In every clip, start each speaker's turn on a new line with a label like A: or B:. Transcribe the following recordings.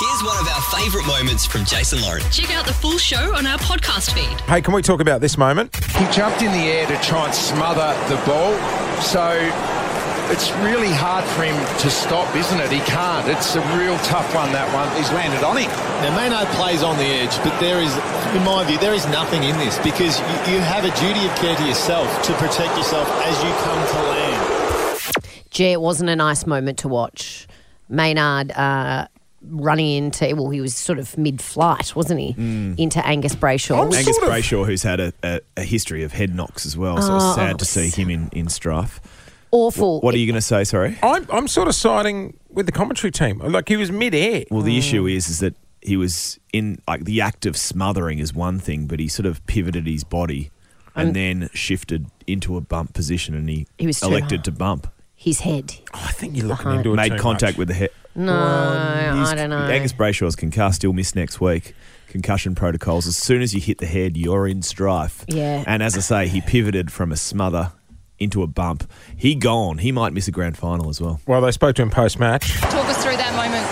A: Here's one of our favourite moments from Jason Lauren.
B: Check out the full show on our podcast feed.
C: Hey, can we talk about this moment?
D: He jumped in the air to try and smother the ball. So it's really hard for him to stop, isn't it? He can't. It's a real tough one, that one. He's landed on him.
E: Now, Maynard plays on the edge, but there is, in my view, there is nothing in this because you, you have a duty of care to yourself to protect yourself as you come to land.
F: Gee, it wasn't a nice moment to watch. Maynard uh, running into, well, he was sort of mid flight, wasn't he? Into Angus Brayshaw.
C: I'm
G: Mm. Angus
C: sort of-
G: Brayshaw, who's had a, a, a history of head knocks as well, so
F: Ah,
G: it's
F: oh,
G: sad to see him in, in strife.
F: Awful.
G: What are you going to say, sorry?
C: I'm, I'm sort of siding with the commentary team. Like, he was mid-air. Oh,
G: Well, the issue
F: Mm.
G: is, is that he was in, like, the act of smothering is one thing, but he sort of pivoted his body and then shifted into a bump position and he,
F: He was too
G: elected
F: hard.
G: to bump.
F: His head.
C: I think you're looking into it
G: Made
C: too
G: contact
C: much.
G: with the head.
F: No, I don't know.
G: Angus Brayshaw's concussed, he'll miss next week. Concussion protocols. As soon as you hit the head, you're in strife.
F: Yeah.
G: And as I say, he pivoted from a smother into a bump. He gone. He might miss a grand final as well.
C: Well, they spoke to him post-match.
H: Talk us through that moment.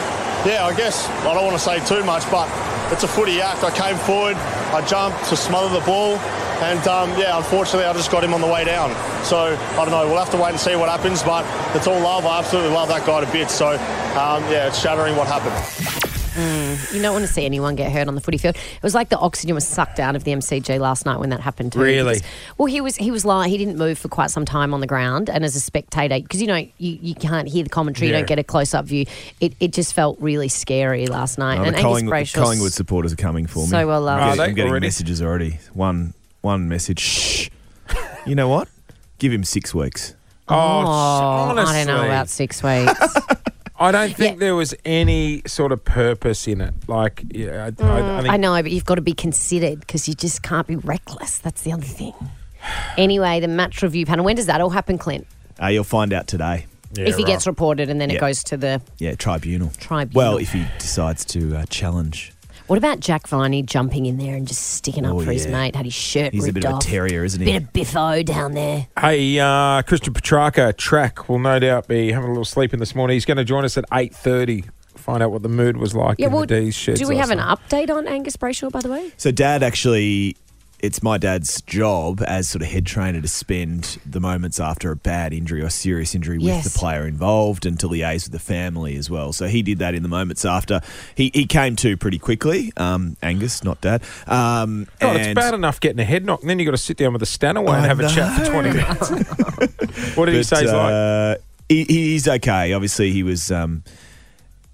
I: Yeah, I guess I don't want to say too much, but it's a footy act. I came forward, I jumped to smother the ball, and um, yeah, unfortunately, I just got him on the way down. So I don't know. We'll have to wait and see what happens, but it's all love. I absolutely love that guy to bits. So um, yeah, it's shattering what happened.
F: You don't want to see anyone get hurt on the footy field. It was like the oxygen was sucked out of the MCG last night when that happened. Too,
C: Really?
F: Because- well, he was he was lying. He didn't move for quite some time on the ground, and as a spectator, because you know you, you can't hear the commentary,
C: Yeah.
F: you don't get a close up view. It, it just felt really scary last night.
G: Oh,
F: and
G: the
F: Angus
G: Collingwood,
F: Brayshaw's-
G: Collingwood supporters are coming for me.
F: So well loved.
G: I'm
C: Are
G: getting,
C: they
G: I'm getting
C: already?
G: messages already. One one message. Shh. you know what? Give him six weeks.
C: Oh,
F: Oh,
C: honestly.
F: I don't know about six weeks.
C: I don't think
F: Yeah.
C: there was any sort of purpose in it. Like, yeah, I, I, I think
F: Mm, I know, but you've got to be considered because you just can't be reckless. That's the other thing. Anyway, the match review panel. When does that all happen, Clint?
G: Uh, you'll find out today.
C: Yeah,
F: if he
C: right.
F: gets reported and then it
G: Yeah.
F: goes to the
G: Yeah, tribunal.
F: Tribunal.
G: Well, if he decides to uh, challenge.
F: What about Jack Viney jumping in there and just sticking up
G: Oh,
F: for his
G: yeah.
F: mate? Had his shirt
G: He's a
F: ripped
G: bit of a
F: off.
G: terrier, isn't he?
F: Bit of biffo down there.
C: Hey, uh, Christian Petrarca, track will no doubt be having a little sleep in this morning. He's going to join us at eight thirty. Find out what the mood was like in the D's sheds.
F: do we
C: last
F: have an
C: night.
F: update on Angus Brayshaw, by the way?
G: So, dad actually, it's my dad's job as sort of head trainer to spend the moments after a bad injury or serious injury with
F: Yes.
G: the player involved and to liaise with the family as well. So, he did that in the moments after. He, he came to pretty quickly, um, Angus, not dad. Um,
C: God, Oh,
G: and-
C: it's bad enough getting a head knock, and then you got to sit down with a Stanaway and
G: I
C: have a chat for
G: know.
C: twenty minutes. what did he
G: But,
C: say? He's like,
G: uh, he, he's okay. Obviously, he was um,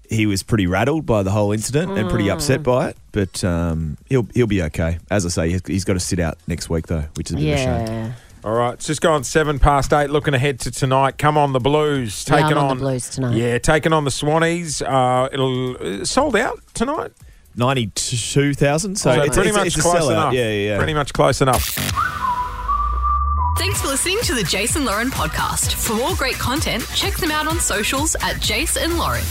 G: he was pretty rattled by the whole incident and pretty upset by it. But um, he'll he'll be okay. As I say, he's- he's got to sit out next week though, which is a bit of a shame.
F: Yeah.
C: all right, it's just gone seven past eight. Looking ahead to tonight. Come on, the Blues
F: Yeah, I'm
C: taking
F: on the Blues tonight.
C: Yeah, taking on the Swannies. Uh, it'll uh, sold out tonight.
G: Ninety two thousand. So,
C: So
G: it's,
C: pretty
G: it's-
C: much
G: it's a
C: close
G: sellout.
C: enough.
G: Yeah, yeah, yeah.
C: Pretty much close enough.
B: Thanks for listening to the Jason Lauren podcast. For more great content, check them out on socials at Jason Lauren.